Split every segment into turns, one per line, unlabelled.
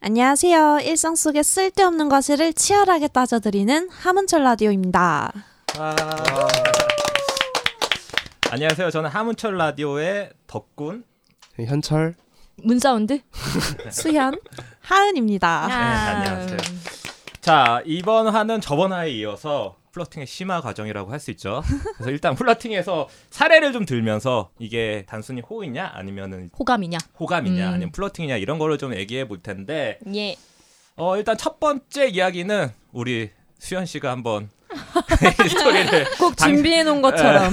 안녕하세요. 일상 속의 쓸데없는 과실을 치열하게 따져드리는 하문철 라디오입니다.
아.
안녕하세요. 저는 하문철 라디오의 덕군.
현철
문사운드?
수현, 하은입니다.
네, 안녕하세요.
음,
자, 이번 화는 저번 화에 이어서 플러팅의 심화 과정이라고 할 수 있죠. 그래서 일단 플러팅에서 사례를 좀 들면서 이게 단순히 호이냐 아니면은
호감이냐?
호감이냐
음.
아니면 플러팅이냐 이런 거를 좀 얘기해 볼 텐데
예.
어, 일단 첫 번째 이야기는 우리 수현 씨가 한번 이 소리를
꼭
당-
준비해 놓은 것처럼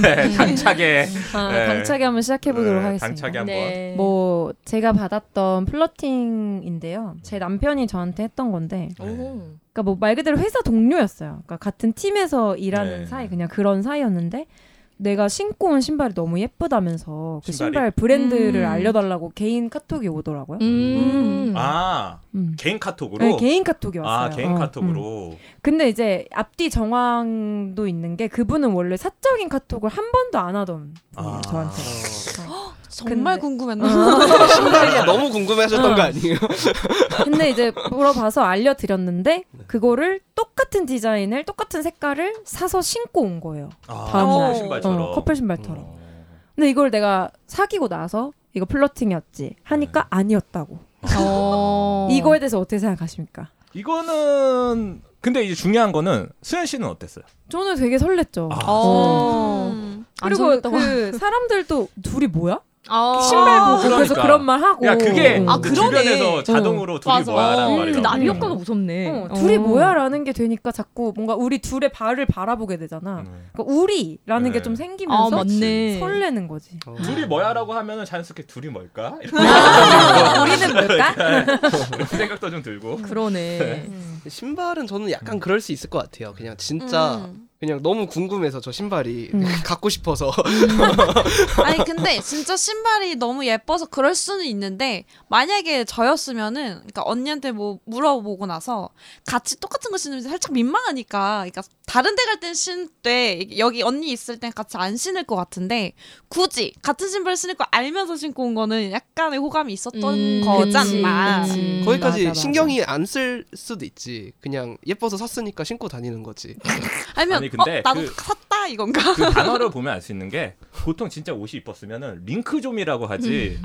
네, 당차게
아,
네.
당차게 한번 시작해 보도록
네,
하겠습니다.
당차게 한번
네.
뭐 제가 받았던 플러팅인데요. 제 남편이 저한테 했던 건데,
네.
오.
그러니까 뭐 말 그대로 회사 동료였어요. 그러니까 같은 팀에서 일하는
네.
사이 그냥 그런 사이였는데 내가 신고 온 신발이 너무 예쁘다면서 그
신발이?
신발 브랜드를
음.
알려달라고 개인 카톡이 오더라고요.
음.
아
음.
개인 카톡으로
네, 개인 카톡이 왔어요.
아 개인
어, 음.
카톡으로
근데 이제 앞뒤 정황도 있는 게 그분은 원래 사적인 카톡을 한 번도 안 하던 분이에요,
아.
저한테.
정말 음.
근데-
아,
궁금했나?
신발이 너무 궁금해하셨던 거 아니에요?
근데 이제 물어봐서 알려드렸는데
네.
그거를 똑같은 디자인을 똑같은 색깔을 사서 신고 온 거예요.
아,
다음날.
커플 신발처럼
어, 커플 신발처럼.
어.
근데 이걸 내가 사귀고 나서 이거 플러팅이었지
네.
하니까 아니었다고.
어.
이거에 대해서 어떻게 생각하십니까?
이거는 근데 이제 중요한 거는 수현 씨는 어땠어요?
저는 되게 설렜죠.
아.
어. 그
그리고 그 사람들도 둘이 뭐야?
아.
신발 보고 그래서
그러니까.
그런 말 하고. 어.
야 그게
아,
그
그러네.
주변에서 자동으로 둘이
맞아.
뭐야라는 말이
그
나오고.
남 효과가 무섭네.
어,
어.
둘이 뭐야라는 게 되니까 자꾸 뭔가 우리 둘의 발을 바라보게 되잖아.
음.
그러니까 우리라는 게 좀
네.
아
생기면서
맞네.
설레는 거지.
어.
둘이 뭐야라고 하면은 자연스럽게 둘이 뭘까? 이렇게
우리는 뭘까?
그런 생각도 좀 들고.
그러네.
음.
신발은 저는 약간 그럴 수 있을 것 같아요. 그냥 진짜
음.
그냥 너무 궁금해서 저 신발이
음.
갖고 싶어서
아니 근데 진짜 신발이 너무 예뻐서 그럴 수는 있는데 만약에 저였으면은 그러니까 언니한테 뭐 물어보고 나서 같이 똑같은 거 신으면 살짝 민망하니까 그러니까 다른 데 갈 땐 신때 여기 언니 있을 땐 같이 안 신을 것 같은데 굳이 같은 신발 신을 거 알면서 신고 온 거는 약간의 호감이 있었던
음,
거잖아.
그치, 그치.
거기까지
어, 음, 맞아, 맞아.
신경이 안 쓸 수도 있지. 그냥 예뻐서 샀으니까 신고 다니는 거지.
아니면
아니, 근데
어, 나도
그-
샀다 이건가?
그 단어를 보면 알 수 있는 게 보통 진짜 옷이 이뻤으면은 링크좀이라고 하지.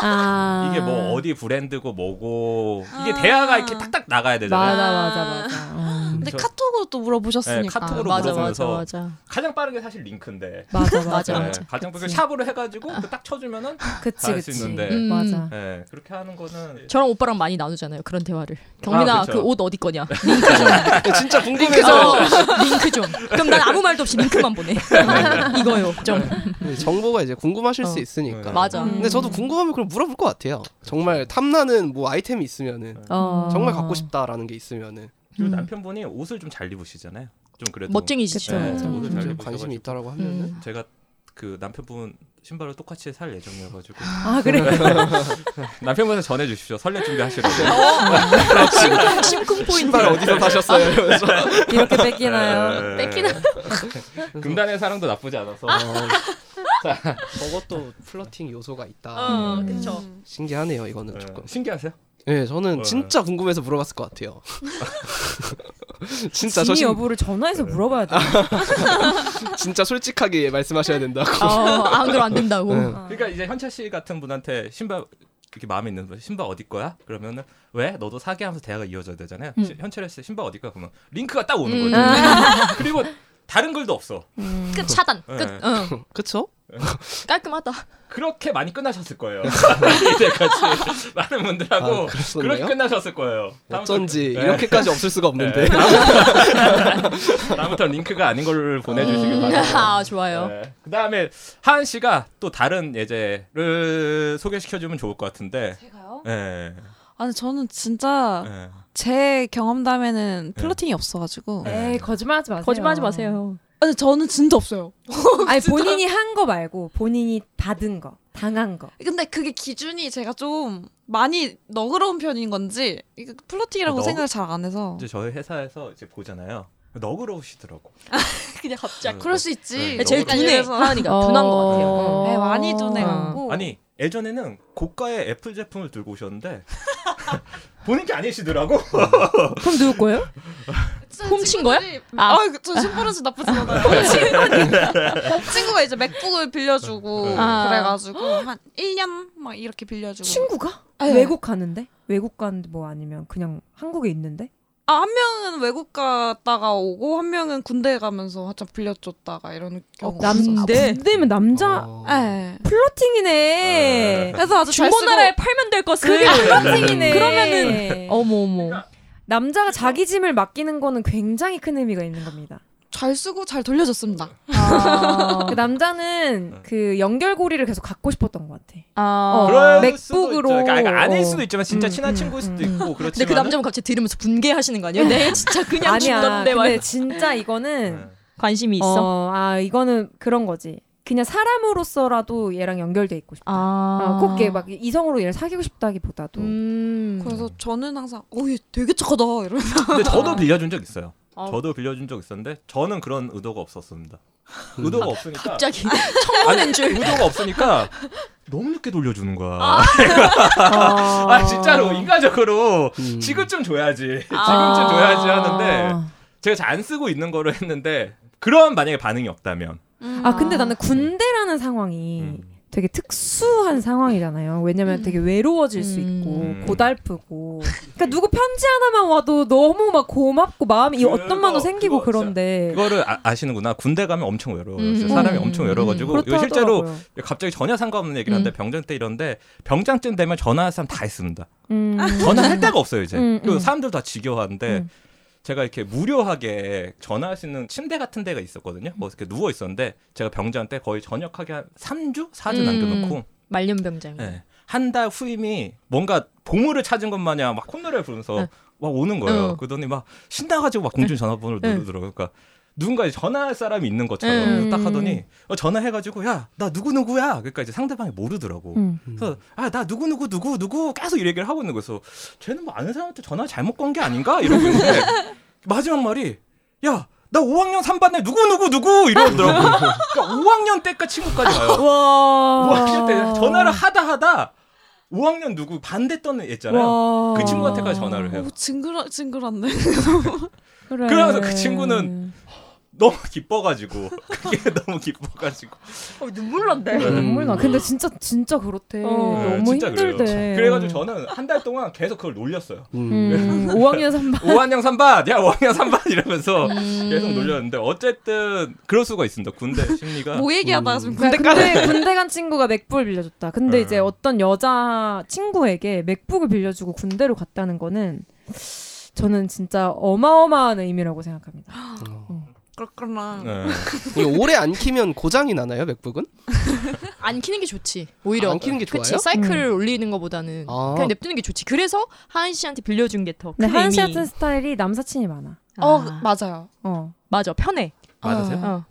아.
이게 뭐 어디 브랜드고 뭐고 이게
아.
대화가 이렇게 딱딱 나가야 되잖아요.
맞아 맞아 맞아. 어.
근데
저-
카톡으로 또 물어보셨으니까.
네, 카톡으로
맞아,
물어보면서
맞아, 맞아.
가장 빠른 게 사실 링크인데.
맞아
맞아,
네,
맞아. 아.
가장 빠르게 샵으로 해가지고 그딱 쳐주면은
그치
다할수
그치.
있는데.
음. 맞아.
네, 그렇게 하는 거는
저랑 오빠랑 많이 나누잖아요. 그런 대화를. 경민아,
그쵸. 네.
그 옷 어디 거냐?
진짜 궁금해서
그래서
아.
링크 좀. 그럼 난 아무 말도 없이 링크만
네,
보내. 이거요. 좀.
정보가 이제 궁금하실 수
어.
네.
있으니까.
맞아.
근데 저도 궁금하면 그럼 물어볼 것 같아요. 정말 탐나는 뭐 아이템이 있으면은
어.
정말 갖고 싶다라는 게 있으면은
그리고
음.
남편분이 옷을 좀 잘 입으시잖아요. 좀 그래도
멋쟁이시죠.
네,
맞아.
옷을 잘
진짜
입으셔가지고.
관심이 있다라고 하면은
음.
제가 그 남편분 신발을 똑같이 살 예정이어가지고
아 그래.
남편분한테 전해주십시오. 설레 준비하시라고.
음. 심쿵 포인트.
신발 어디서 사셨어요? 이러면서
이렇게 뺏기나요?
네.
뺏기나?
금단의 사랑도 나쁘지 않아서.
저것도 플러팅 요소가 있다.
어, 그쵸.
음.
신기하네요 이거는
네.
조금.
신기하세요?
네, 저는
어.
진짜 궁금해서 물어봤을 것 같아요. 진짜 저
진위
신,
여부를 전화해서 물어봐야 돼.
진짜 솔직하게 말씀하셔야 된다고.
어, 안 그럼 안 된다고.
네.
그러니까 이제 현철 씨 같은 분한테 신발 이렇게 마음에 있는 분 신발 어디 거야? 그러면은 왜 너도 사게 하면서 대화가 이어져야 되잖아요.
음.
시- 현철 씨 신발 어디 거야? 그러면 링크가 딱 오는 거죠.
음.
그리고 다른 글도 없어.
끝 차단. 끝.
네.
어,
그쵸?
깔끔하다.
그렇게 많이 끝나셨을 거예요.
음.
이제 같이 많은 분들하고
아, 그랬었네요?
그렇게 끝나셨을 거예요. 다음부터-
어쩐지
네.
이렇게까지 없을 수가 없는데.
다음부터 링크가 아닌 걸 보내주시길 바랍니다.
아 좋아요.
네. 그 다음에 하은 씨가 또 다른 예제를 소개시켜주면 좋을 것 같은데.
제가요?
예.
아니 저는 진짜
예.
제 경험담에는 플러팅이
네.
없어가지고.
에이 거짓말하지 마세요.
거짓말하지 마세요.
아니 저는 진짜 없어요.
아니 본인이 한 거 말고 본인이 받은 거, 당한 거.
근데 그게 기준이 제가 좀 많이 너그러운 편인 건지 이거 플러팅이라고
어, 너그-
생각을 잘 안 해서.
이제 저희 회사에서 이제 보잖아요. 너그러우시더라고.
그냥 갑자기.
그럴 수 있지. 그러니까
네,
제일
너무
둔해. 하은이가 둔한 것 같아요.
네, 많이
어.
둔해갖고.
아니 예전에는 고가의 애플 제품을 들고 오셨는데 본인 게 아니시더라고.
그럼 누구 거예요? 훔친 거야? 아.
아, 저 심부름씨 나쁘지 않아요. 친구가 이제 맥북을
음.
빌려주고
아.
그래가지고 한 1년 막 이렇게 빌려주고.
친구가?
네.
외국 가는데? 외국 가는데 뭐 아니면 그냥 한국에 있는데?
아, 한 명은 외국 갔다가 오고 한 명은 군대 가면서 한참 빌려줬다가 이런 경우가 있었어요.
남대?
아, 군대면 남자
어.
아.
네.
플러팅이네.
그래서 아주 잘 쓰고
중고나라에 팔면 될 것을.
그게 플러팅이네.
그러면은 어머 어머.
남자가 자기 짐을 맡기는 거는 굉장히 큰 의미가 있는 겁니다.
잘 쓰고 잘 돌려줬습니다. 아.
그
어.
남자는 그 연결고리를 계속 갖고 싶었던 것 같아.
아.
그럼-
네. 그럴
어, 맥북으로-
수도 있죠. 그러니까 아니, 아닐
어.
수도 있지만 진짜
음,
친한
음,
친구일 수도
음.
있고 그렇지만
근데 그 남자분 갑자기 들으면서 분개하시는 거 아니에요? 네 진짜 그냥
아니야.
죽던데
근데
말.
네.
진짜 이거는
관심이 있어.
어, 아 이거는 그런 거지. 그냥 사람으로서라도 얘랑 연결돼 있고 싶다.
아.
어, 꼭게 막 이성으로 얘를 사귀고 싶다기보다도
음.
그래서 저는 항상 어얘 되게 착하다 이러면서
근데 저도 빌려준 적 있어요.
어.
저도 빌려준 적 있었는데 저는 그런 의도가 없었습니다.
그
의도가
음,
없으니까
갑자기
아니, 의도가 없으니까 너무 늦게 돌려주는 거야. 아,
아,
진짜로 인간적으로
음.
지금쯤 줘야지. 지금쯤
아.
줘야지 하는데 제가 잘 안 쓰고 있는 거를 했는데 그런 만약에 반응이 없다면
아 근데 나는 군대라는 상황이
음.
되게 특수한 상황이잖아요. 왜냐면
음.
되게 외로워질 수 있고
음.
고달프고. 그러니까 누구 편지 하나만 와도 너무 막 고맙고 마음이 이
그거,
어떤 마음도 생기고
그거 진짜
그런데
그거를 아, 시는구나 군대 가면 엄청 외로워요.
음.
진짜 사람이
음.
엄청 외로워가지고
그렇다
이거 실제로
하더라고요.
갑자기 전혀 상관없는 얘기를 하는데 병장 때 이런데 병장쯤 되면 전화할 사람 다 있습니다.
음.
전화할 데가 없어요 이제.
음,
그리고
음.
사람들 다 지겨워하는데
음.
제가 이렇게 무료하게 전화할 수 있는 침대 같은 데가 있었거든요. 뭐 이렇게 누워 있었는데 제가 병장 때 거의 전역하게 한 3주, 4주
음.
남겨놓고
말년병장.
네. 한 달 후임이 뭔가 보물을 찾은 것 마냥 막 콧노래를 부르면서
네.
막 오는 거예요.
어.
그러더니 막 신나가지고 막 공중 전화번호를
네.
누르더라고요. 그러니까 누군가 이제 전화할 사람이 있는 것처럼
음.
딱 하더니 어, 전화해가지고 야 나 누구 누구야. 그러니까 이제 상대방이 모르더라고.
음.
그래서 아 나 누구 누구 누구 누구 계속 이 얘기를 하고 있는 거예요. 그래서 쟤는 뭐 아는 사람한테 전화 잘못 건 게 아닌가 이러고 있는데 마지막 말이 야. 나 5학년 3반에 누구 누구 누구 이러더라고. 그러니까 5학년 때까지 친구까지 와요.
와.
5학년 때 전화를
어.
하다 하다 5학년 누구 반대 떠는 애 있잖아요.
와.
그 친구한테까지 전화를 해요. 음.
오 어, 징그러 징그럽네.
그래. 음.
그러면서 그 친구는 너무 기뻐가지고 그게 너무 기뻐가지고
어, 눈물 난대.
네.
눈물 나. 근데 진짜 진짜 그렇대.
어.
네,
음. 너무
진짜
힘들대.
그래요. 그래가지고 네. 저는 한 달 동안 계속 그걸 놀렸어요.
음.
음, 5학년 3반.
5학년 3반, 야 5학년 3반 이러면서
음.
계속 놀렸는데 어쨌든 그럴 수가 있습니다. 군대 심리가
뭐 얘기하다가 지금
군대,
군대까지.
군대 간 친구가 맥북을 빌려줬다. 근데
네.
이제 어떤 여자 친구에게 맥북을 빌려주고 군대로 갔다는 거는 저는 진짜 어마어마한 의미라고 생각합니다.
그렇구나.
네.
이거 오래 안 키면 고장이 나나요 맥북은?
안 키는 게 좋지. 오히려
안 키는 게
그치
좋아요?
사이클을
음.
올리는 것보다는
아.
그냥 냅두는 게 좋지. 그래서 하은 씨한테 빌려준 게 더큰
근데
의미.
네, 하은 씨 같은 스타일이 남사친이 많아.
어
아.
맞아요.
어.
맞아 편해.
맞으세요?
어.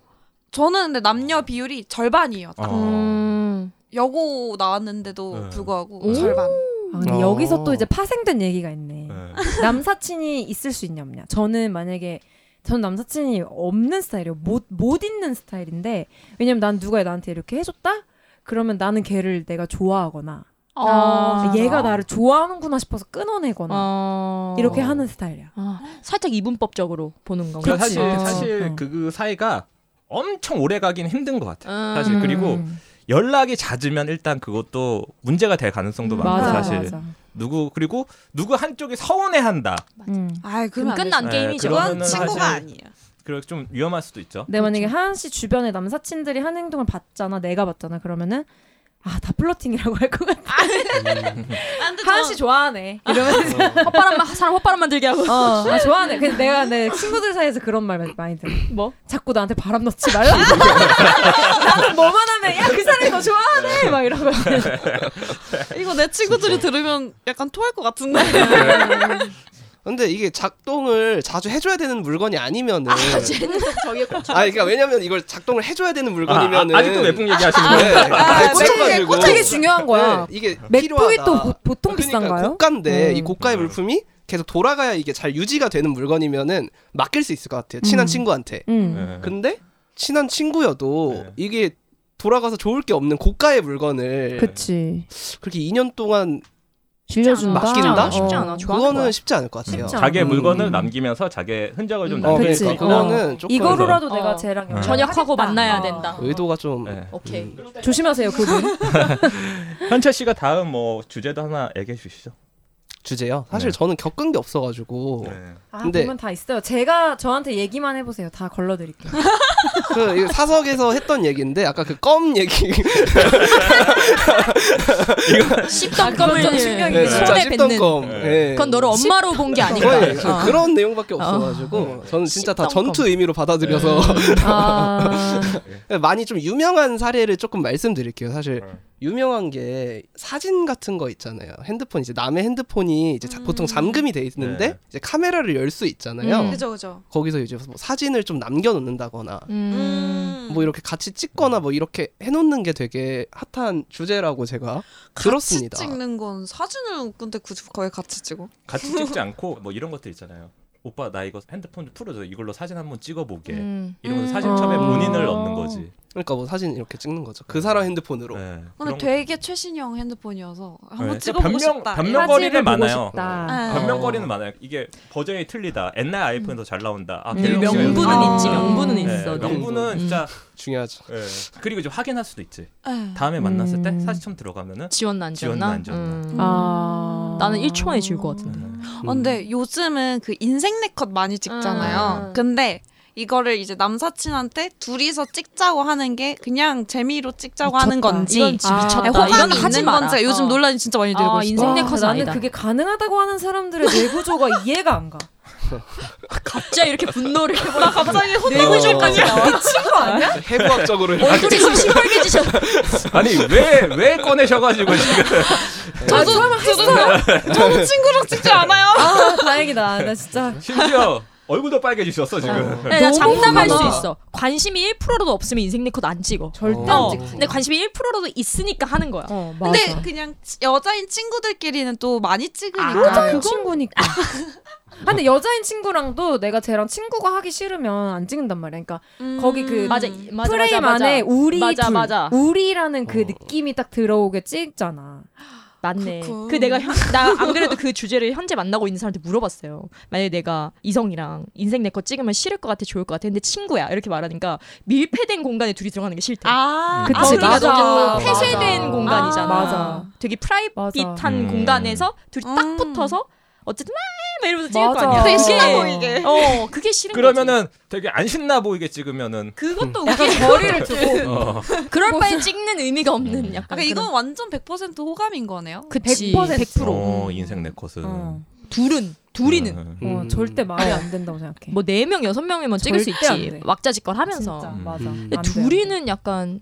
저는 근데 남녀 비율이 절반이에요. 딱.
아.
어.
음.
여고 나왔는데도
네.
불구하고
오.
절반.
아, 근데
어.
여기서 또 이제 파생된 얘기가 있네.
네.
남사친이 있을 수 있냐 없냐. 저는 만약에 저는 남사친이 없는 스타일이에요. 못, 못 있는 스타일인데 왜냐면 난 누가 나한테 이렇게 해줬다? 그러면 나는 걔를 내가 좋아하거나
아,
아, 얘가 나를 좋아하는구나 싶어서 끊어내거나
어.
이렇게 하는 스타일이야.
아, 살짝 이분법적으로 보는 건가.
그러니까
그렇지.
사실
그렇지.
사실
어.
그, 그 사이가 엄청 오래 가긴 힘든 것 같아요.
음.
사실 그리고
음.
연락이 잦으면 일단 그것도 문제가 될
음,
가능성도 많고
맞아,
사실
맞아.
누구 그리고 누구 한쪽이 서운해한다
음.
아이 그럼
그럼 끝난
되죠.
게임이죠. 뭐,
네, 그러면은
그건 친구가
사실-
아니에요.
그리고 좀 위험할 수도 있죠.
근데 만약에 하은 씨 주변에 남사친들이 하는 행동을 봤잖아, 내가 봤잖아. 그러면은 아 다 플러팅이라고 할 것 같아. 하은 씨 좋아하네.
어.
이러면서
헛바람만 사람 헛바람만 들게 하고.
어, 아, 좋아하네. 근데 내가 내 친구들 사이에서 그런 말 많이 들어.
뭐?
자꾸 나한테 바람 넣지 말라. 나는 뭐만 하면 야 그 사람이 너 좋아하네 막 이러고.
이거 내 친구들이 들으면 약간 토할 것 같은데.
근데 이게 작동을 자주 해줘야 되는 물건이 아니면은
쟤는 저게 꼭
아, 그러니까 왜냐면 이걸 작동을 해줘야 되는 물건이면은
아, 직도 외국 얘기하시는
네.
거예요?
아,
아,
꽂혀가지고
되게 중요한
네,
거야.
이게
맥북이
필요하다.
또 보, 보통
그러니까
비싼가요?
고가인데
음.
이 고가의 물품이 계속 돌아가야 이게 잘 유지가 되는 물건이면은 맡길 수 있을 것 같아요. 친한
음.
친구한테.
음.
네.
근데 친한 친구여도
네.
이게 네. 돌아가서 좋을 게 없는 고가의 물건을
그치.
그렇게 2년 동안
빌려준다.
않아.
맡긴다?
어.
쉽지 않아. 좋아하는
그거는
거야.
쉽지 않을 것 같아요.
쉽지 않아.
자기의
음.
물건을 남기면서 자기의 흔적을 좀
음.
어,
남기고
그치.
그러니까 이거는 조금
이거로라도
어.
내가 쟤랑
음.
연락을
전역하고
네. 하겠다.
만나야
어.
된다.
의도가 좀 음,
네.
오케이.
조심하세요 그분.
현철 씨가 다음 뭐 주제도 하나 얘기해 주시죠.
주제요. 사실
네.
저는 겪은 게 없어가지고
뭐
아
근데-
보면 다 있어요. 제가 저한테 얘기만 해보세요. 다 걸러드릴게요.
그 이거 사석에서 했던 얘기인데 아까 그 껌 얘기 음.
씹던 껌을
좀 신경이
네,
드네.
손에 뱉는.
껌.
네.
예.
그건 너를 엄마로 본 게 아닌가.
거의 저
어.
그런 내용밖에 없어가지고 저는 진짜 다
씹던
전투 의미로 받아들여서
아,
많이 좀 유명한 사례를 조금 말씀드릴게요. 사실
네.
유명한 게 사진 같은 거 있잖아요. 핸드폰 이제 남의 핸드폰이 이제 자-
음.
보통 잠금이 돼 있는데
네.
이제 카메라를 열 수 있잖아요.
음.
그죠 그죠.
거기서 이제 뭐 사진을 좀 남겨놓는다거나
음.
뭐 이렇게 같이 찍거나 뭐 이렇게 해놓는 게 되게 핫한 주제라고 제가
같이
들었습니다.
찍는 건 사진을 근데 굳이 거의 같이 찍어?
같이 찍지 않고 뭐 이런 것들 있잖아요. 오빠 나 이거 핸드폰 좀 풀어줘. 이걸로 사진 한번 찍어보게.
음.
이러면서
음.
사진첩에
아.
본인을 넣는 거지.
그러니까 뭐 사진 이렇게 찍는 거죠. 그 사람 핸드폰으로.
네.
근데
그런
어. 되게 최신형 핸드폰이어서 한번
네.
찍어보고
변명-
싶다.
변명- 변명거리는 많아요.
어.
아.
변명거리는 많아요. 이게 버전이 틀리다. 옛날 아이폰 더잘 나온다. 아,
음,
걔는 혹시
명분은
왜-
있지. 명분은
네,
있어.
명분은
음.
진짜
중요하죠.
예. 그리고 이제 확인할 수도 있지.
예.
다음에 만났을 때
음.
사진첩 들어가면은
지웠나 안
지웠나
지웠나?
안 지웠나.
음.
아.
나는 1초 만에 지울 것 같은데.
음.
어, 근데 요즘은 그 인생 네컷 많이 찍잖아요.
음.
근데 이거를 이제 남사친한테 둘이서 찍자고 하는 게 그냥 재미로 찍자고 하는
미쳤다.
건지
이건 진짜
아.
아니,
미쳤다.
호감이
호감이
이건 하지
있는
마라.
건지 요즘
어.
논란이 진짜 많이 들고
아,
있어.
인생 내
와,
컷은
나는
아니다.
그게 가능하다고 하는 사람들의 뇌 구조가 이해가 안 가.
네. 갑자기 이렇게 분노를 해버려.
갑자기
내구조까지
네. 미친 거 아니야? 아,
해부학적으로
얼굴이 좀 시뻘개지셨.
아니 왜 왜 꺼내셔가지고 지금
저도 저도 저도 어, 친구랑 찍지 않아요.
아 다행이다. 나 진짜
심지어 얼굴도 빨개지셨어 지금.
네, 나
너무
장담할 수
많아.
있어. 관심이 1%라도 없으면 인생 내 컷 안 찍어.
절대
어.
안 찍지.
근데 관심이 1%라도 있으니까 하는 거야.
어 맞아.
근데 그냥 치- 여자인 친구들끼리는 또 많이 찍으니까.
여자인 그러니까 그 친구니까. 아, 근데 여자인 친구랑도 내가 쟤랑 친구가 하기 싫으면 안 찍는단 말이야. 그러니까
음.
거기 그
맞아, 맞아,
프레임
맞아,
안에
맞아.
우리
맞아,
둘,
맞아.
우리라는 그
어.
느낌이 딱 들어오게 찍잖아.
맞네.
그렇군.
그 내가 나 안 그래도 그 주제를 현재 만나고 있는 사람한테 물어봤어요. 만약에 내가 이성이랑 인생 내 거 찍으면 싫을 것 같아, 좋을 것 같아. 근데 친구야 이렇게 말하니까 밀폐된 공간에 둘이 들어가는 게 싫대.
음.
음.
아,
그치,
아, 그러니까
맞아.
너무
맞아.
폐쇄된 공간이잖아.
맞아.
되게
맞아.
프라이빗한
음.
공간에서 둘이 딱
음.
붙어서 어쨌든 막 이러면서 찍을
맞아.
거 아니야.
되게
그게-
신나
보이게.
어, 그게 싫은 거지.
그러면은 되게 안 신나 보이게 찍으면은
음.
그것도
약간
우리
거리를 두고
어,
그럴 바에 찍는 의미가
음.
없는 약간
그러니까 이건 완전 100% 호감인 거네요.
그치
100%.
100%,
어, 인생 내 컷은
어,
둘은 둘이는
음.
어,
음.
절대 말이 안 된다고 생각해.
뭐 4명 6명이면 찍을 수
절대 안
있지
돼.
왁자지껄 하면서
진짜
음.
어, 맞아.
음.
근데
안 돼.
둘이는 약간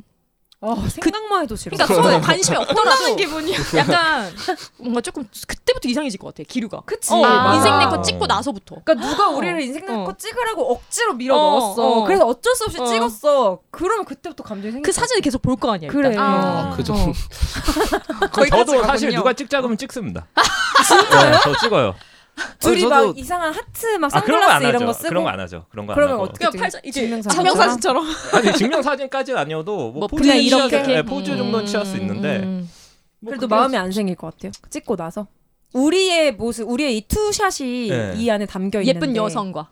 어, 생각만 해도 싫어.
그러니까 서로 관심이 없더라도
기분이야.
약간 뭔가 조금 그때부터 이상해질 것 같아 기류가
그치.
어,
맞아.
인생 내 거 찍고 나서부터
그러니까 누가
어.
우리를 인생
어.
내거 찍으라고 억지로 밀어
어,
넣었어.
어.
그래서 어쩔 수 없이
어.
찍었어. 그러면 그때부터 감정이 생겨.
그 사진을 계속 볼 거 아니야
그러니까. 그래.
일단. 어.
아,
아, 그 정도.
저도
거기까지
사실
가군요.
누가 찍자 그러면 찍습니다. 진짜요? 저 찍어요.
둘이
저도-
막 이상한 하트 막
아 그런 거 안
선글라스 이런 거
하죠.
쓰고
그런 거 안 하죠. 그런 거 안
그러면
하고.
어떻게
그냥
찍-
팔자- 이게
증명사진?
증명사진처럼.
아니 증명 사진까지는 아니어도 뭐,
뭐
포즈는
그냥
취할-
이렇게
네, 포즈 정도는 취할 수 있는데
음.
뭐
그래도
그게-
마음이 안 생길 것 같아요. 찍고 나서 우리의 모습, 우리의 이 투샷이
네.
이 안에 담겨 있는데
예쁜 여성과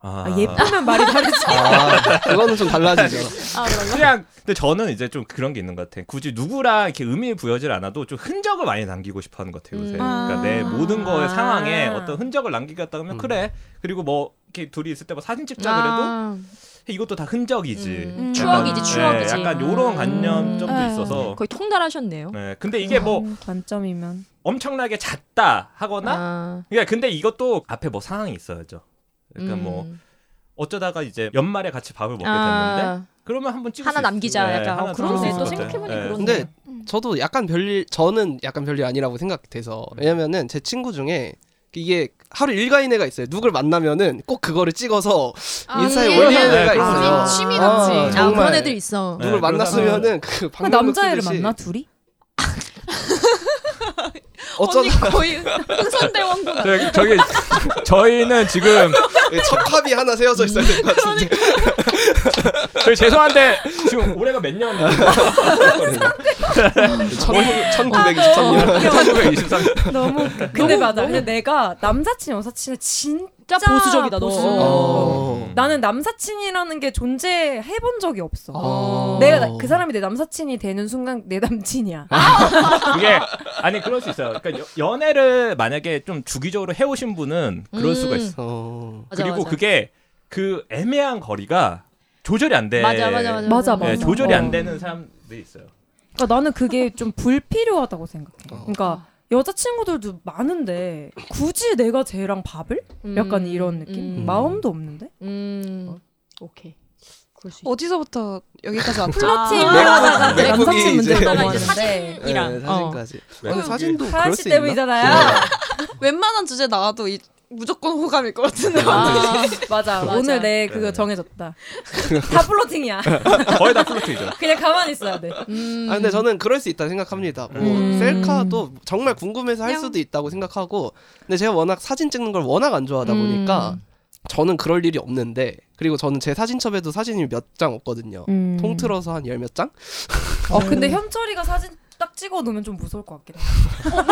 아,
아, 예쁘면 말이 다르지.
아, 그거는 좀 달라지죠.
아 그런가
그냥 근데 저는 이제 좀 그런 게 있는 것 같아. 굳이 누구랑 이렇게 의미 부여질 않아도 좀 흔적을 많이 남기고 싶어하는 것 같아 요새.
음.
그러니까 내 모든 거의
아.
상황에 어떤 흔적을 남기겠다 하면
음.
그래. 그리고 뭐 이렇게 둘이 있을 때 뭐 사진 찍자 그래도 이것도 다 흔적이지.
아. 음,
약간,
추억이지
네,
추억이지
약간 요런 관념점도
음.
있어서.
거의 통달하셨네요
네, 근데 이게 뭐
음, 관점이면
엄청나게 잦다 하거나
아,
그러니까 근데 이것도 앞에 뭐 상황이 있어야죠. 그러니까
음.
뭐 어쩌다가 이제 연말에 같이 밥을 먹게
아,
됐는데 그러면 한번 찍을
하나
수 있-
남기자
네,
약간
하나
어, 그러네
남길
또
수 있을 것 같아요.
생각해보니
네.
그러네
근데 저도 약간 별일 저는 약간 별일 아니라고 생각돼서 왜냐면은 제 친구 중에 이게 하루 일과인 애가 있어요. 누굴 만나면은 꼭 그거를 찍어서 인사에
그게
올리는
네,
애가
그거.
있어요.
아,
취미
같지.
아,
아
정말.
그런 애들 있어
네,
누굴
그러다
만났으면은 그
그
방금
남자애를
쓰듯이
만나 둘이?
어쩌다
거의 흥선대원구나.
저기, 저기 저희는 지금
그 예, 첫 합이 하나 세워져 있어야 될것 같은데
저희 죄송한데
지금 올해가 몇 년?
1923년
1923.
너무 웃겨. 근데
너무-
맞아.
너무-
근데 내가 남사친 여사친을 진짜
진짜 보수적이다, 너.
보수.
어.
나는 남사친이라는 게 존재해 본 적이 없어.
어.
내가 나- 그 사람이 내 남사친이 되는 순간 내 남친이야.
아.
그게 아니 그럴 수 있어요. 그러니까 여- 연애를 만약에 좀 주기적으로 해오신 분은 그럴
음.
수가 있어.
어.
맞아,
그리고
맞아.
그게 그 애매한 거리가 조절이 안 돼.
맞아 맞아 맞아
맞아,
예,
맞아.
조절이
어.
안 되는 사람들이 있어요.
그러니까 나는 그게 좀 불필요하다고
어.
생각해. 그러니까 여자친구들도 많은데 굳이 내가 쟤랑 밥을? 약간 이런 느낌?
음.
마음도 아. 없는데?
어.
음. 오케이. 그럴 수 있어.
어디서부터 여기까지 왔죠?
플러팅
아.
하다가 내
내국이
남사친 문제를 뭐
이제-
그러다가 이제
넘어왔는데
사진이랑
네,
어.
사진까지.
네.
근데 사진도
하연
그럴
씨
수 있나?
때문이잖아요.
웬만한 주제 나와도 이, 무조건 호감일 것 같은데.
아,
맞아,
맞아.
오늘 내 그거
네.
정해졌다. 다 플로팅이야.
거의 다 플러팅이죠.
그냥 가만히 있어야 돼.
음.
아 근데 저는 그럴 수 있다 생각합니다. 뭐
음.
셀카도 정말 궁금해서 할
그냥-
수도 있다고 생각하고 근데 제가 워낙 사진 찍는 걸 워낙 안 좋아하다
음.
보니까 저는 그럴 일이 없는데 그리고 저는 제 사진첩에도 사진이 몇 장 없거든요. 통틀어서 한 열 몇 장?
네.
어, 근데 현철이가 사진 딱 찍어 놓으면 좀 무서울 것 같긴 해. 어,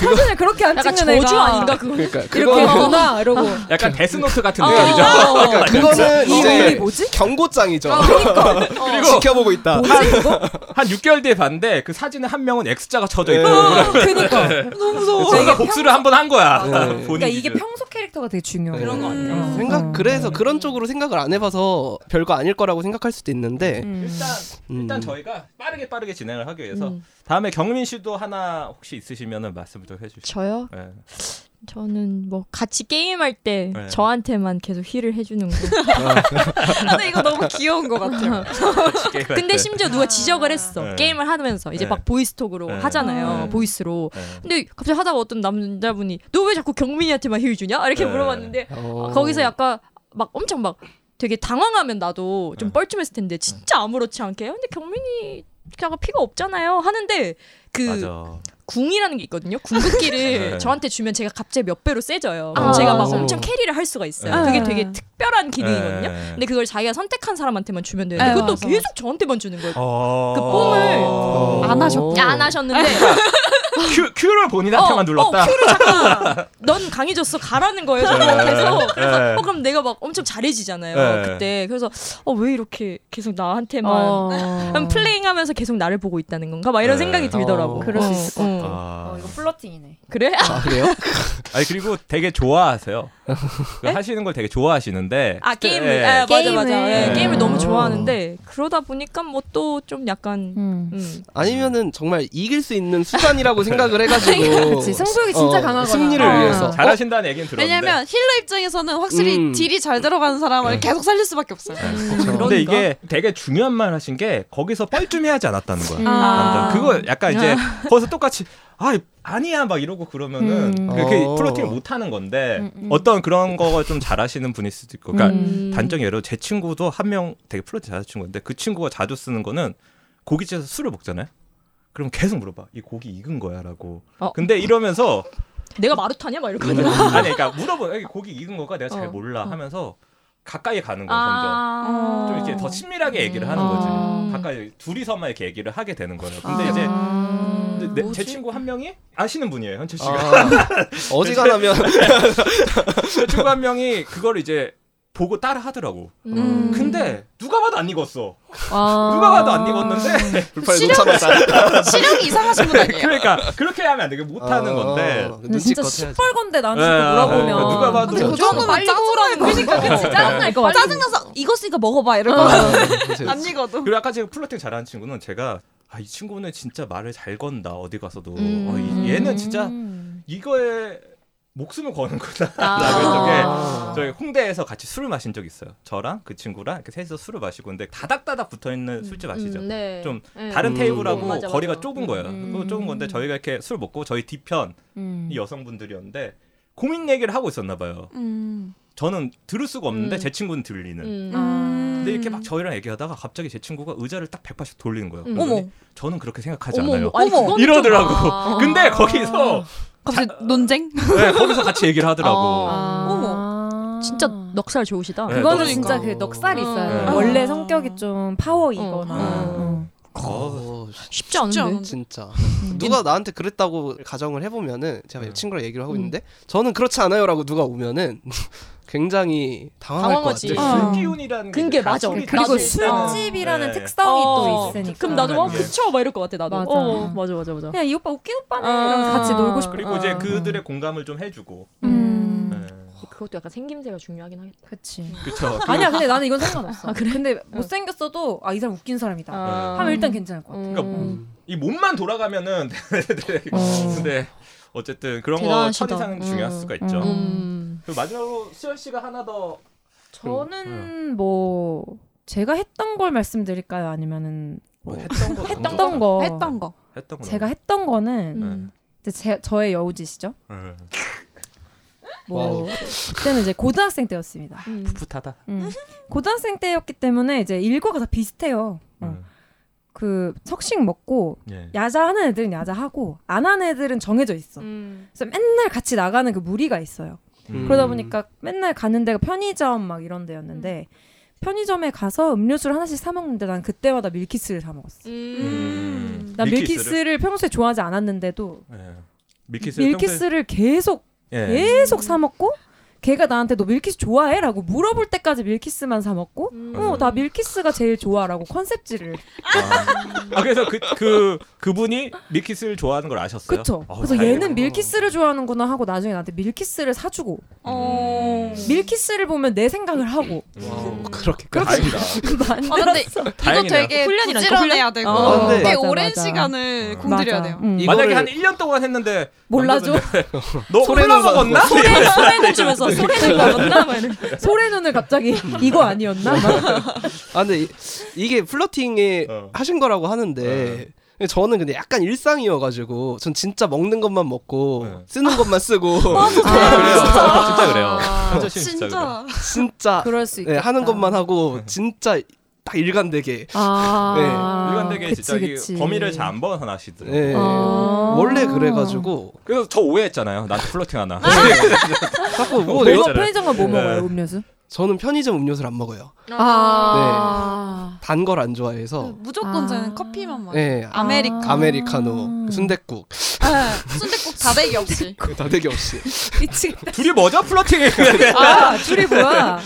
사진을 그렇게 안
약간
찍는
저주
애가
아닌가 그거.
그러니까
이렇게
그거
누나 이러고 어,
약간 데스노트 같은
어,
느낌이죠.
어, 어, 어.
그거는
이 우리
이제
뭐지?
경고장이죠.
어.
지켜보고 있다.
뭐지 이거?
한 6개월 뒤에 봤는데 그 사진에 한 명은 X자가 쳐져 있고
네. 어, 그니까
너무 무서워.
어.
내가 복수를 한 번 한
아,
거야.
네.
본인
그러니까 이게
기준.
평소 캐릭터가 되게 중요해.
그런 거 아니에요?
음.
생각
음.
그래서 그런 쪽으로 생각을 안 해봐서 별거 아닐 거라고 생각할 수도 있는데
음.
일단
음.
일단 저희가 빠르게 빠르게 진행을 하기 위해서
음.
다음에 경민 씨도 하나 혹시 있으시면은 말씀 좀 해주시죠.
저요?
네.
저는 뭐 같이 게임할 때
네.
저한테만 계속 힐을 해주는 거.
근데 이거 너무 귀여운 것 같아요.
근데 심지어 누가 지적을 했어.
네.
게임을 하면서 이제
네.
막 보이스톡으로
네.
하잖아요.
네.
보이스로.
네.
근데 갑자기 하다가 어떤 남자분이 너 왜 자꾸 경민이한테만 힐 주냐? 이렇게
네.
물어봤는데
어.
거기서 약간 막 엄청 막 되게 당황하면 나도
네.
좀 뻘쭘했을 텐데 진짜 아무렇지 않게 "어, 근데 경민이 약간 피가 없잖아요 하는데 그
맞아.
궁이라는 게 있거든요. 궁극기를
네.
저한테 주면 제가 갑자기 몇 배로 세져요. 그럼
아,
제가 막
맞아.
엄청 캐리를 할 수가 있어요.
네.
그게 되게 특별한 기능이거든요.
네.
근데 그걸 자기가 선택한 사람한테만 주면 되는데
네,
그것도
맞아.
계속 저한테만 주는 거예요.
어.
그 뽕을
어.
안 하셨고.
안 하셨는데
큐 큐를 본인한테만 눌렀다.
어, 큐를 잠깐 넌 강해졌어 가라는 거예요. 저는
네.
계속 그래서
네.
어, 그럼 내가 막 엄청 잘해지잖아요.
네.
그때 그래서 어, 왜 이렇게 계속 나한테만
어.
그럼 플레잉하면서 계속 나를 보고 있다는 건가? 막 이런
네.
생각이 들더라고.
어,
그럴 수 있을 것
어, 어.
아.
어, 이거 플러팅이네.
그래?
아, 그래요?
아니 그리고 되게 좋아하세요. 그 하시는 걸 되게 좋아하시는데
아 게임을
예.
아, 맞아
게임을. 음.
맞아 예,
네.
게임을
아.
너무 좋아하는데 그러다 보니까 뭐 또 좀 약간 음.
아니면은 정말 이길 수 있는 수단이라고 생각을 해가지고
그치,
어,
승부욕이 진짜 강하거나.
승리를
어.
아.
위해서
잘하신다는 얘기는 들었는데
왜냐면 힐러 입장에서는 확실히
음.
딜이 잘 들어가는 사람을
네.
계속 살릴 수밖에 없어요.
그러니까.
근데 이게 되게 중요한 말 하신 게 거기서 뻘쭘해하지 않았다는 거야.
아.
남자 그거 약간 이제 거기서 똑같이 아 아니야 막 이러고 그러면은
음.
그게
어.
플로팅을 못 하는 건데 어떤 그런 거 좀 잘하시는 분일 수도 있고 그러니까
음.
단정 예로 제 친구도 한 명 되게 플로팅 잘하는 친구인데 그 친구가 자주 쓰는 거는 고깃집에서 술을 먹잖아요. 그럼 계속 물어봐. 이 고기 익은 거야라고.
어. 음.
근데 이러면서
내가 마루타냐 막 이렇게
아니 그러니까 물어봐. 여기 고기 익은 거가 내가 잘
어.
몰라 하면서 가까이 가는 거야 점점.
아.
좀 이렇게 더 친밀하게 얘기를 하는 거지.
아.
가까이 둘이서만 이렇게 얘기를 하게 되는 거예요. 근데 이제
아.
근데 내, 제 친구 한 명이 아시는 분이에요, 현철 씨가.
아, 어지간하면
제 친구 한 명이 그걸 이제 보고 따라 하더라고.
음. 아.
근데 누가 봐도 안 익었어.
아.
누가 봐도 안 익었는데.
불팔
시력-
놓자마자
시력이 이상하신 분 아니에요?
그러니까 그렇게 하면 안 되게 못
아.
하는 건데.
근데 진짜
해야지.
시뻘건데 나는
예,
자꾸
예,
물어보면
그러니까 누가 봐도
근데 그 정도면
빨리 꼬라는
짜증나는 거니까 그치? 짜증날 거 같아. 짜증나서 익었으니까 먹어봐 이럴 거 같아.
그치,
안 익어도.
그리고 아까 제가 플러팅 잘하는 친구는 제가 아, 이 친구는 진짜 말을 잘 건다. 어디 가서도.
음.
어, 이- 얘는 진짜
음.
이거에 목숨을 거는구나. 라고 했던 게
아.
저희 홍대에서 같이 술을 마신 적 있어요. 저랑 그 친구랑 이렇게 셋이서 술을 마시고 근데 다닥다닥 붙어 있는 술집 아시죠?
음, 네.
좀
네.
다른
음.
테이블하고
음, 맞아, 맞아.
거리가 좁은 거예요.
음.
그 좁은 건데 저희가 이렇게 술 먹고 저희 뒤편
음.
이 여성분들이었는데 고민 얘기를 하고 있었나 봐요.
음.
저는 들을 수가 없는데
음.
제 친구는 들리는.
음.
근데 이렇게
음.
막 저희랑 얘기하다가 갑자기 제 친구가 의자를 딱 180 돌리는 거예요.
음.
그러더니
어머.
저는 그렇게 생각하지
어머
않아요.
어머. 아니, 아.
어머.
그거는 좀-
이러더라고.
아.
근데 거기서
갑자기 논쟁?
아.
네, 거기서 같이 얘기를 하더라고.
어.
어머.
진짜 넉살 좋으시다.
네,
그거는
넉살.
진짜 그 넉살이 있어요.
네.
원래 성격이 좀 파워이거나.
어.
어.
어,
쉽지 않은데.
않은데.
진짜
음.
누가 나한테 그랬다고 가정을 해보면은 제가
음.
친구랑 얘기를 하고
음.
있는데 저는 그렇지 않아요라고 누가 오면은 굉장히 당황할 것
네,
당황하지.
같아요.
어.
술기운이라는
그게
다
맞아.
술이
나도
그러니까 그리고
일단은-
술집이라는
네.
특성이
어,
또 있으니까.
그럼 나도 와
예.
그쵸 막 이럴 것 같아 나도.
맞아.
어, 맞아 맞아 맞아.
그냥 이 오빠 웃긴 오빠네.
아.
이러면서 같이 놀고 싶고.
그리고 이제 그들의 공감을 좀 해주고
음.
네.
그것도 약간 생김새가 중요하긴 하겠다.
그치.
그쵸
아니야, 근데 나는 이건 상관없어.
아, 그래?
근데 못생겼어도, 아, 이 사람 웃긴 사람이다.
아.
하면 일단 괜찮을 것 같아.
음.
뭐,
그러니까 이 몸만 돌아가면은 근데 어쨌든 그런 거
대단하시다.
첫인상은 중요할 수가 있죠
음.
그리고 마지막으로 수열 씨가 하나 더
저는 뭐, 제가 했던 걸 말씀드릴까요? 아니면은,
뭐 했던 거
했던 거.
했던 거.
했던 거
제가 했던 거는,
음.
이제 제, 저의 여우짓이죠?
네.
뭐, 그때는 이제 고등학생 때였습니다.
풋풋하다
음. 고등학생 때였기 때문에 이제 일과가 다 비슷해요. 어.
음.
그 석식 먹고
예.
야자 하는 애들은 야자 하고 안 하는 애들은 정해져
음.
있어. 그래서 맨날 같이 나가는 그 무리가 있어요.
음.
그러다 보니까 맨날 가는 데가 편의점 막 이런 데였는데 편의점에 가서 음료수를 하나씩 사 먹는데 난 그때마다 밀키스를 사 먹었어.
음.
난 밀키스를 평소에 좋아하지 않았는데도
예. 밀키스를 평소에-
밀키스를 계속
예.
계속 사 먹고 걔가 나한테 너 밀키스 좋아해라고 물어볼 때까지 밀키스만 사 먹고
음.
어, 나 밀키스가 제일 좋아라고 컨셉지를.
아. 아, 그래서 그, 그, 그분이 밀키스를 좋아하는 걸 아셨어요?
그쵸.
어,
그래서
다행이다.
얘는 밀키스를 좋아하는구나 하고 나중에 나한테 밀키스를 사주고,
음.
어.
밀키스를 보면 내 생각을 하고.
와,
어, 그렇게
다행이다.
아, 근데 이거
다행이네요.
되게
훈련이라니까,
부지런해야 되고
어, 근데-
되게
맞아,
오랜
맞아.
시간을
어.
공들여야
맞아.
돼요.
음.
만약에
이거를-
한 1년 동안 했는데
몰라줘.
너
소래는
콜라 먹었나?
소래는 주면서 소래는 먹었나 막 이런.
소래 눈을 갑자기 이거 아니었나? 막.
아 근데 이, 이게 플러팅에
어. 네.
하신 거라고 하는데 저는 근데 약간 일상이어가지고 전 진짜 먹는 것만 먹고
네.
쓰는 것만 쓰고 아,
그래요. 아, 뭐 진짜 그래요.
아,
현재 씨는 진짜 그래요.
진짜.
진짜
그럴 수 있겠다.
네, 하는 것만 하고 진짜 딱 일관되게
아.
일관되게 진짜 이 범위를 잘 안 벗어나시더라고요.
네.
아.
원래 그래가지고
그래서 저 오해했잖아요. 나한테 플러팅 하나. 아.
자꾸 뭐
뭐,
네.
내-
먹- 편의점 가뭐
네.
먹어요, 음료수?
저는 편의점 음료수를 안 먹어요
네.
아.
단 걸 안 좋아해서
무조건
아.
저는 커피만 마요.
네.
아메리카.
아메리카노 그 순댓국
네. 순대국 다대기 없이.
네,
다대기 없이
미치겠다.
둘이 뭐죠? 플러팅.
아, 줄이 뭐야?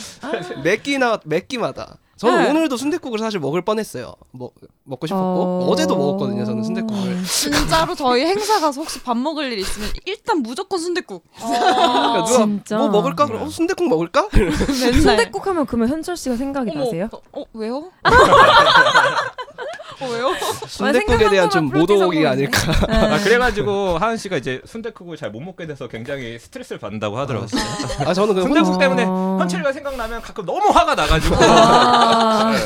몇 끼나 몇 끼마다. 저는
네.
오늘도 순댓국을 사실 먹을 뻔했어요. 먹 먹고 싶었고 어... 제도 먹었거든요. 저는 순댓국을.
진짜로 저희 행사 가서 혹시 밥 먹을 일 있으면 일단 무조건 순대국.
아,
어.
그러니까 누가
진짜?
뭐 먹을까? 그럼 어, 순댓국 먹을까?
네.
네, 맨날.
순대국 하면 그러면 현철 씨가 생각이 나세요?
어, 어, 왜요? 어, 왜요?
아,
순댓국에 대한 좀
생각한 것만
모독이
프로틴
아닐까.
아, 그래가지고 하은 씨가 이제 순대국을 잘 못 먹게 돼서 굉장히 스트레스를 받는다고 하더라고요.
아 저는 그냥 혼자
순대국 때문에
아.
현철이가 생각나면 가끔 너무 화가 나가지고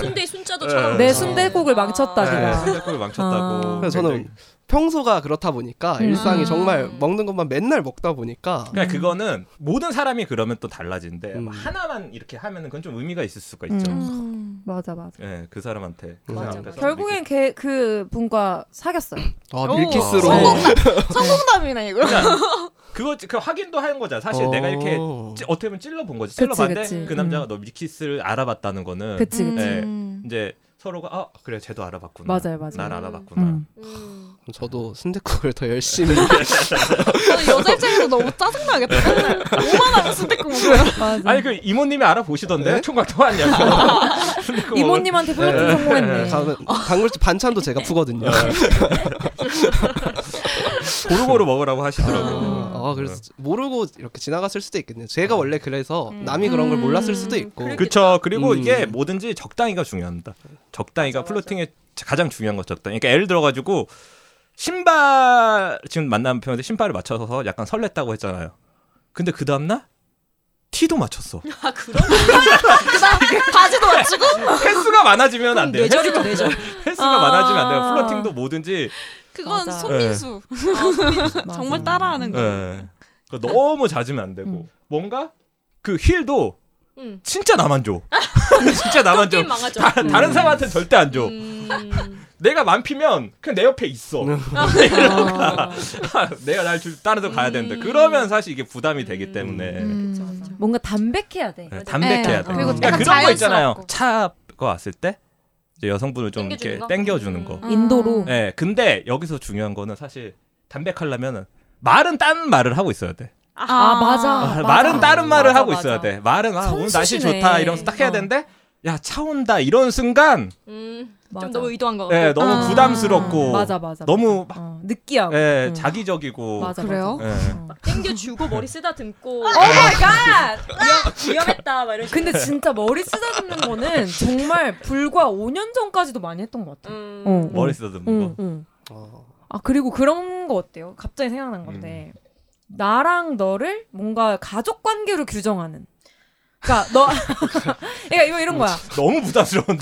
순대 순자도
네.
처럼.
내 순대국을 망쳤다
네,
내가.
순대국을 망쳤다고.
아.
그래서 저는 평소가 그렇다 보니까
음.
일상이
아.
정말 먹는 것만 맨날 먹다 보니까
그러니까 그거는 모든 사람이 그러면 또 달라진데
음.
뭐 하나만 이렇게 하면은 그건 좀 의미가 있을 수가 있죠.
음.
음.
맞아 맞아.
예, 그 사람한테. 그
맞아,
사람한테
맞아.
네.
결국엔 걔 그 분과 사귀었어요.
아
오.
밀키스로
성공. 성공담이네 이거.
그거 그 확인도 한 거잖아. 사실
어.
내가 이렇게 찌- 어떻게 보면 찔러 본 거지.
그치,
찔러 봤는데
그치. 음.
그 남자가 너 미키스를 알아봤다는 거는
그치 그치.
네.
음.
이제 서로가 아 그래 쟤도 알아봤구나.
맞아요 맞아요.
난
음.
알아봤구나.
음.
저도 순댓국을 더 열심히
네.
저는 여자 입장에서 너무 짜증나겠다. 맨날 오만하면 순대국 먹어요.
맞아.
아니 그 이모님이 알아보시던데
네?
총각 통화냐?
이모님한테 플러팅
네.
성공했네.
가- 단골집 반찬도 제가 푸거든요.
고루고루 먹으라고 하시더라고요.
음.
아, 그래서 모르고 이렇게 지나갔을 수도 있겠네요. 제가 원래 그래서 남이 그런 걸
음.
몰랐을 수도 있고.
그래.
그쵸. 그리고
음.
이게 뭐든지 적당히가 중요합니다. 적당히가 플로팅의 가장 중요한 것 적당히. 그러니까 예를 들어가지고 신발 지금 만난 편인데 신발을 맞춰서 약간 설렜다고 했잖아요. 근데 그 다음날 티도 맞췄어.
바지도 맞추고.
횟수가 많아지면 안 돼요. 횟수,
뇌절이죠 뇌절.
횟수가
아.
많아지면 안 돼요. 플러팅도 뭐든지
그건
맞아.
손민수.
네.
맞아.
정말 따라하는 거.
예. 그거 너무 잦으면 안 되고 뭔가 그 힐도
음.
진짜 나만 줘. 진짜 나만 줘.
게임 망하죠.
다, 다른 사람한테는 절대 안 줘.
음.
내가 맘 피면 그냥 내 옆에 있어. 아,
아.
음. 내가 날 줄, 다른 데 가야 되는데 그러면 사실 이게 부담이 되기 때문에
음.
그쵸, 그쵸.
뭔가 담백해야 돼.
네, 담백해야 돼.
네,
그리고
그러니까
약간
그런 거 있잖아요.
자연스럽고.
차가 왔을 때 이제 여성분을 좀 이렇게 땡겨주는 거.
음.
음.
인도로.
네.
예, 근데 여기서 중요한 거는 사실 담백하려면 말은 딴 말을 하고 있어야 돼.
아, 맞아. 음,
아, 말은 다른 말을
맞아,
하고
맞아.
있어야 돼. 말은 아, 오늘 날씨
성수시네.
좋다 이러면서 딱 해야
어.
되는데 야 차 온다 이런 순간
음,
맞아.
좀
음.
너무 의도한 거 어. 같고.
예, 너무
아.
부담스럽고
맞아 맞아.
너무
맞아. 어, 느끼하고.
예,
음.
자기적이고
맞아.
그래요?
맞아.
예.
어.
땡겨주고 머리 쓰다듬고. 오 마이 갓! 위험했다. 막 이런.
근데 진짜 머리 쓰다듬는 거는 정말 불과 5년 전까지도 많이 했던 것 같아.
음.
어.
머리 쓰다듬는
음,
응,
거.
응.
어.
아 그리고 그런 거 어때요? 갑자기
음.
생각난 건데 나랑 너를 뭔가 가족 관계로 규정하는. 그러니까 너, 그러니까 이거
어,
이런 거야.
너무 부담스러운데요?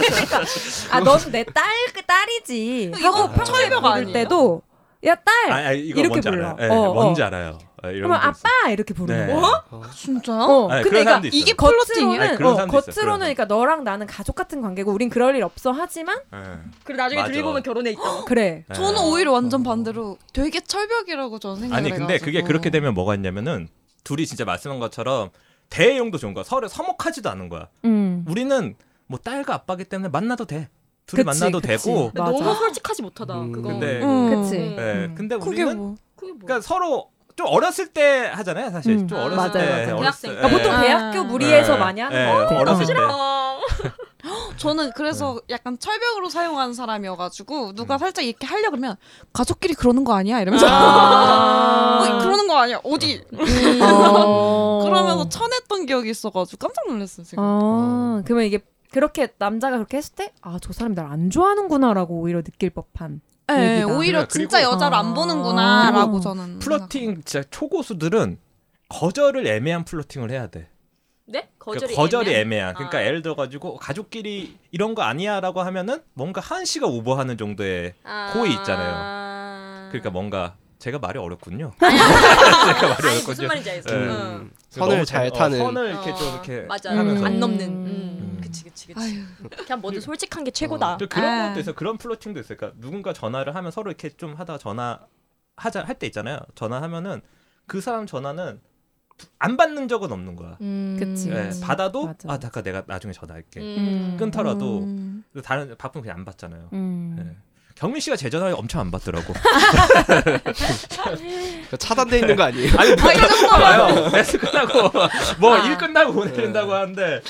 그러니까 아 너는 내 딸 그 딸이지 하고 평소에
철벽
부를
아니에요?
때도 야 딸
아, 아, 이거
네. 이렇게
뭔지
불러.
알아요. 예,
어,
뭔지
어.
알아요. 예, 이런
그러면
거 있어요.
아빠 이렇게 부르는
네.
거. 어?
진짜요?
어.
아니, 그런
근데 그러니까
사람도 있어요.
이게 플러팅이야?
아니,
겉으로는
그런
어,
사람도 있어요, 그런
겉으로는 그러니까 너랑 나는 가족 같은 관계고 우린 그럴 일 없어 하지만
예.
그리고 나중에
맞아.
들이보면 결혼해 있다고.
그래.
예.
저는 오히려 완전 반대로 되게 철벽이라고 저는 생각을
아니 근데
해가지고.
그게 그렇게 되면 뭐가 있냐면은 둘이 진짜 말씀한 것처럼 대용도 좋은 거야. 서로 서먹하지도 않은 거야.
음.
우리는 뭐 딸과 아빠기 때문에 만나도 돼. 둘이
그치,
만나도
그치.
되고.
맞아.
너무 솔직하지 못하다.
음,
그거.
근데
음.
그치.
예,
음.
근데
그게
우리는
뭐?
그게 뭐.
그러니까 서로 좀 어렸을 때 하잖아요, 사실.
음.
좀
아,
어렸을
맞아요,
때. 어렸을
맞아요.
때.
대학생.
그러니까 보통
아.
대학교 무리에서
예,
많이 하는
예,
거 같아.
어렸을 때.
싫어.
저는 그래서
네.
약간 철벽으로 사용하는 사람이어가지고
음.
누가 살짝 이렇게 하려 그러면 가족끼리 그러는 거 아니야 이러면서
아.
네.
어, 그러는 거 아니야 어디
네?
어.
그러면서 쳐냈던 기억이 있어가지고 깜짝 놀랐어요 지금.
아, 그러면 이게 그렇게 남자가 그렇게 했을 때 아 저 사람이 날 안 좋아하는구나라고 오히려 느낄 법한
예,
얘기가. 아.
오히려
그래,
진짜
그리고-
여자를 안 보는구나라고
그리고
저는
플러팅 진짜 초고수들은 거절을 애매한 플러팅을 해야 돼.
네? 거절이,
그러니까 거절이
애매한?
애매한. 그러니까
아.
예를 들어가지고 가족끼리 이런 거 아니야라고 하면은 뭔가 한 씨가 오버하는 정도의
아.
고의 있잖아요. 그러니까
음.
뭔가 제가 말이 어렵군요. 제가 말이
아니 무슨
어렵군요.
말인지 알지.
예.
응.
음. 선을
너무
잘
어,
타는.
선을 이렇게 좀
어,
이렇게
맞아.
하면서
안
음.
넘는. 음.
음.
그치 그치 그치.
아휴.
그냥 뭐든 솔직한 게 최고다.
또 그런
아.
것도 있어요. 그런 플러팅도 있어요. 그러니까 누군가 전화를 하면 서로 이렇게 좀 하다가 전화 하자 할 때 있잖아요. 전화하면은 그 사람 전화는 안 받는 적은 없는 거야.
음.
그치.
예,
음.
받아도
맞아.
아 잠깐 내가 나중에 전화할게.
음.
끊-
끊더라도
음.
근데 다른 바쁜 그냥 안 받잖아요.
음.
예. 경민 씨가 제 전화를 엄청 안 받더라고.
그러니까 차단돼 있는 거 아니에요?
아니
아, 이 정도면
봐요. 레슨 끝나고 뭐
아.
일 끝나고 보내준다고 하는데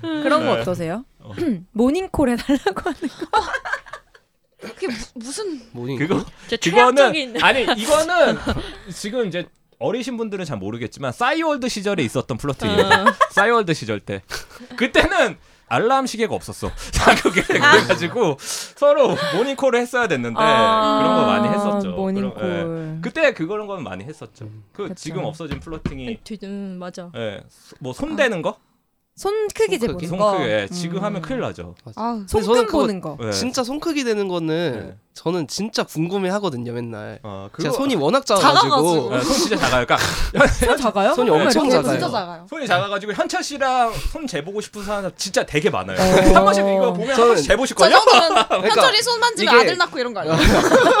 그런 거
네.
어떠세요?
어.
모닝콜 해달라고 하는
그게 무, 무슨
모닝.
그거
진짜 최악적인.
그거는 아니 이거는 지금 이제 어리신 분들은 잘 모르겠지만 싸이월드 시절에 있었던 플러팅이에요.
아. 어.
싸이월드 시절 때 그때는 알람 시계가 없었어. 그게 그래가지고 서로 모닝콜을 했어야 됐는데
아,
그런 거 많이 했었죠.
모닝콜.
그런- 예. 그때 그런 건 많이 했었죠. 그
그쵸.
지금 없어진 플러팅이
음, 맞아.
예, 뭐 손대는 거,
손 크기
손
재보는
손
거.
크기 예, 지금
음.
하면 큰일 나죠.
아
손금
저는 그거-
보는 거.
예.
진짜 손 크기 되는 거는
네.
저는 진짜 궁금해 하거든요 맨날.
어, 그거-
제가 손이 워낙
작아가지고.
작아가지고
예, 손 진짜 작아요. 그러니까
손 작아요?
손이
손가락이
네, 엄청
이렇게
진짜
작아요.
작아요.
손이 작아가지고 현철 씨랑 손 재보고 싶은 사람 진짜 되게 많아요.
어.
한 번씩 이거 보면 한
저는-
번씩 재보실
저
거예요.
정도면
그러니까
현철이 손 만지면
이게- 어,
아들 낳고 이런 거 아니에요?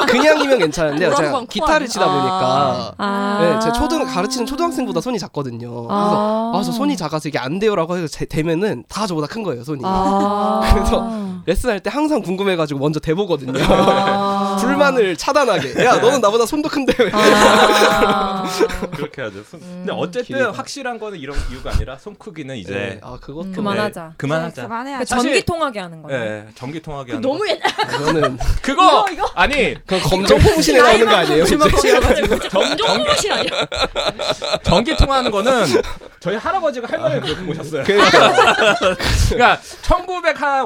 그냥이면 괜찮은데
노란
제가
건
기타를
코안이야.
치다 보니까
아.
네, 제 초등 가르치는 초등학생보다 손이 작거든요. 그래서 아, 저 손이 작아서 이게 안 돼요라고 해서 제, 되면은 다 저보다 큰 거예요 손이.
아.
그래서 레슨할 때 항상 궁금해가지고 먼저 대보거든요.
아.
불만을 차단하게. 야, 너는 나보다 손도 큰데. 왜?
아.
그렇게 하죠. 손- 음, 근데 어쨌든
길이가.
확실한 거는 이런 이유가 아니라 손 크기는 이제
네, 아 그것도
음.
그만하자.
그만하자.
그만해야
그
죠
사실-
전기 통하게 하는
예,
거네.
예, 전기 통화기
네, 그
하는
너무 옛날
네, 그거는
그거
이거, 이거?
아니
그 검정 포무신에 나오는 거 아니에요?
정종 무실 아니야?
전기 통화하는 거는 저희 할아버지가 할머니 그거 보셨어요.
그러니까
그러니까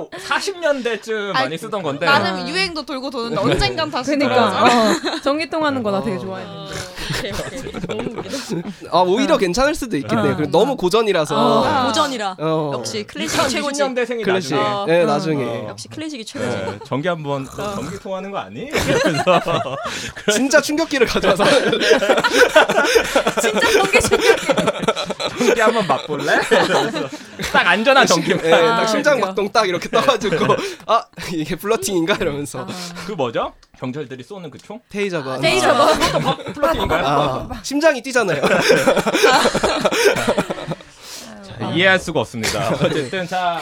1940년대쯤 많이 쓰던 건데
네.
나름 유행도 돌고 도는데 언젠간 다시
그러니까
돌아오잖아.
어, 전기 통하는 거 나 되게
어.
좋아해.
오케이 오케이. 너무 웃기다.
아 오히려 괜찮을 수도 있겠네요. 그리고 너무 고전이라서.
아.
고전이라.
어.
역시 클래식이 최고지.
2020년대생이
클래식.
나중에
어.
네 나중에
어.
역시 클래식이 최고지.
예, 전기 한번 너 전기 통화하는 거 아니? 이러면서
진짜 충격기를 가져와서
진짜 전기 충격기.
어디 한번 맛볼래? 네. 그래서 딱 안전한 전기만.
예, 딱
아,
심장
웃겨.
박동 딱 이렇게 떠가지고 아 이게 플러팅인가 이러면서
아.
그 뭐죠? 경찰들이 쏘는 그 총?
테이저가
테이저 뭐
플러팅인가요?
아, 심장이 뛰잖아요.
자, 아. 이해할 수가 없습니다. 어쨌든 자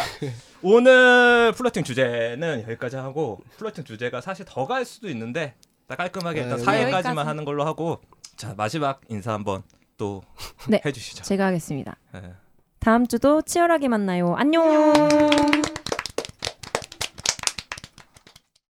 오늘 플러팅 주제는 여기까지 하고 플러팅 주제가 사실 더 갈 수도 있는데 딱 깔끔하게 일단
네,
여기까지.
사회까지만 하는 걸로 하고 자 마지막 인사 한번 또
네.
해주시죠.
네.
제가 하겠습니다.
예.
다음 주도 치열하게 만나요. 안녕.